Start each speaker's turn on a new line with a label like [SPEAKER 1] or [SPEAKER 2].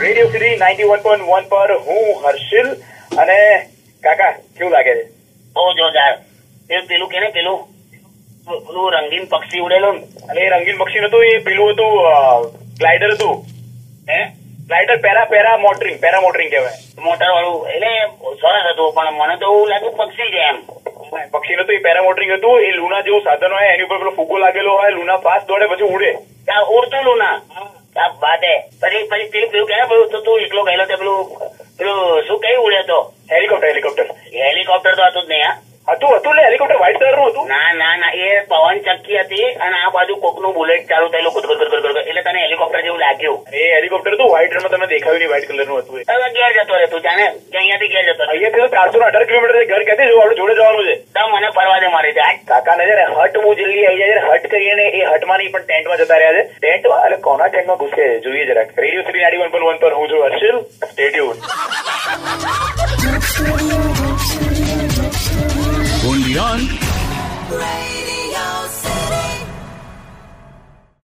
[SPEAKER 1] Radio city ninety one point one પર હું હર્ષિલ અને કાકા કેવું લાગે છે
[SPEAKER 2] બહુ જોરદાર એ પેલું કે ને પેલું પેલું રંગીન પક્ષી ઉડેલું ને
[SPEAKER 1] અને એ રંગીન પક્ષી નતું એ પેલું હતું ગ્લાઇડર હતું
[SPEAKER 2] હે
[SPEAKER 1] glider para para motoring para motoring કહેવાય
[SPEAKER 2] મોટર વાળું એટલે સરસ હતું પણ મને તો એવું લાગ્યું પક્ષી છે એમ
[SPEAKER 1] પક્ષી નતું એ પેરા મોટરિંગ હતું એ લૂના જેવું સાધન હોય એની ઉપર પેલો ફૂકો લાગેલો હોય લૂના ફાસ્ટ દોડે પછી ઉડે
[SPEAKER 2] ત્યાં ઉડતું નું ના આ બાત હે પછી પછી પેલું પેલું કે ને પેલું તો તું એકલો ગયેલો તે પેલું પેલું શું કઈ ઉડે તો
[SPEAKER 1] હેલિકોપ્ટર હેલિકોપ્ટર
[SPEAKER 2] હેલિકોપ્ટર તો હતું જ નહીં હા
[SPEAKER 1] હતું હતું ને હેલિકોપ્ટર વ્હાઇટ કલર નું હતું
[SPEAKER 2] ના ના ના એ પવન ચક્કી હતી અને આ બાજુ કોકનું બુલેટ ચાલુ થયેલું કુદ કુદ કુદ કુદ કુદ. એટલે તને હેલિકોપ્ટર જેવું લાગ્યું
[SPEAKER 1] અને એ હેલિકોપ્ટર હતું વ્હાઇટ રંગમાં તમે દેખાયું નહીં વ્હાઇટ કલર નું હતું એ.
[SPEAKER 2] હવે ઘેર જતો રહે તું જાણે કે અહીંયાથી ઘેર જતો રહે
[SPEAKER 1] અહીંયાથી તો ચારસો અઢાર કિલોમીટર છે. ઘર ક્યાંથી જવું આપણે જોડે જવાનું છે
[SPEAKER 2] તો મને ફરવા દે મારી જાય
[SPEAKER 1] કાકાને છે ને હટ હું જલ્દી આવી જાય છે ને હટ કરીને એ હટમાં નહીં પણ ટેન્ટમાં જતા રહ્યા છે ટેન્ટમાં એટલે કોના ટેન્ટમાં ઘૂસે છે? જોઈએ જરાક રેડિયો થ્રી નાડી વન પર પર હું છું હર્ષિલ સ્ટેટ્યુન
[SPEAKER 3] Un Beyond